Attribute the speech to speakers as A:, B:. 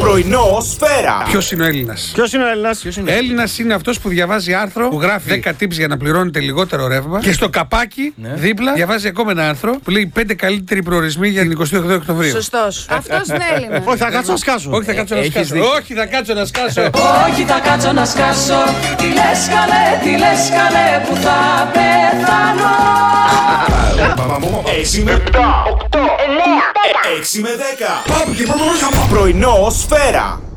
A: Πρωινό σφαίρα.
B: Ποιος είναι ο Έλληνας.
C: Ποιος είναι ο Έλληνας.
B: Έλληνας είναι αυτός που διαβάζει άρθρο που γράφει 10 tips για να πληρώνετε λιγότερο ρεύμα. Και στο Ναι. καπάκι δίπλα διαβάζει ακόμα ένα άρθρο που λέει 5 καλύτεροι προορισμοί για την 28 Οκτωβρίου.
D: Σωστός. Αυτός είναι Έλληνας.
C: Όχι, θα κάτσω να σκάσω.
B: Όχι, θα κάτσω να σκάσω. Όχι, θα κάτσω να σκάσω.
E: Όχι θα κάτσω να σκάσω Τι λες καλέ, τι λες καλέ που θα πεθάνω
A: Έξι με Ε, 8, 9, 6 με 10. Πρωινό σφαίρα.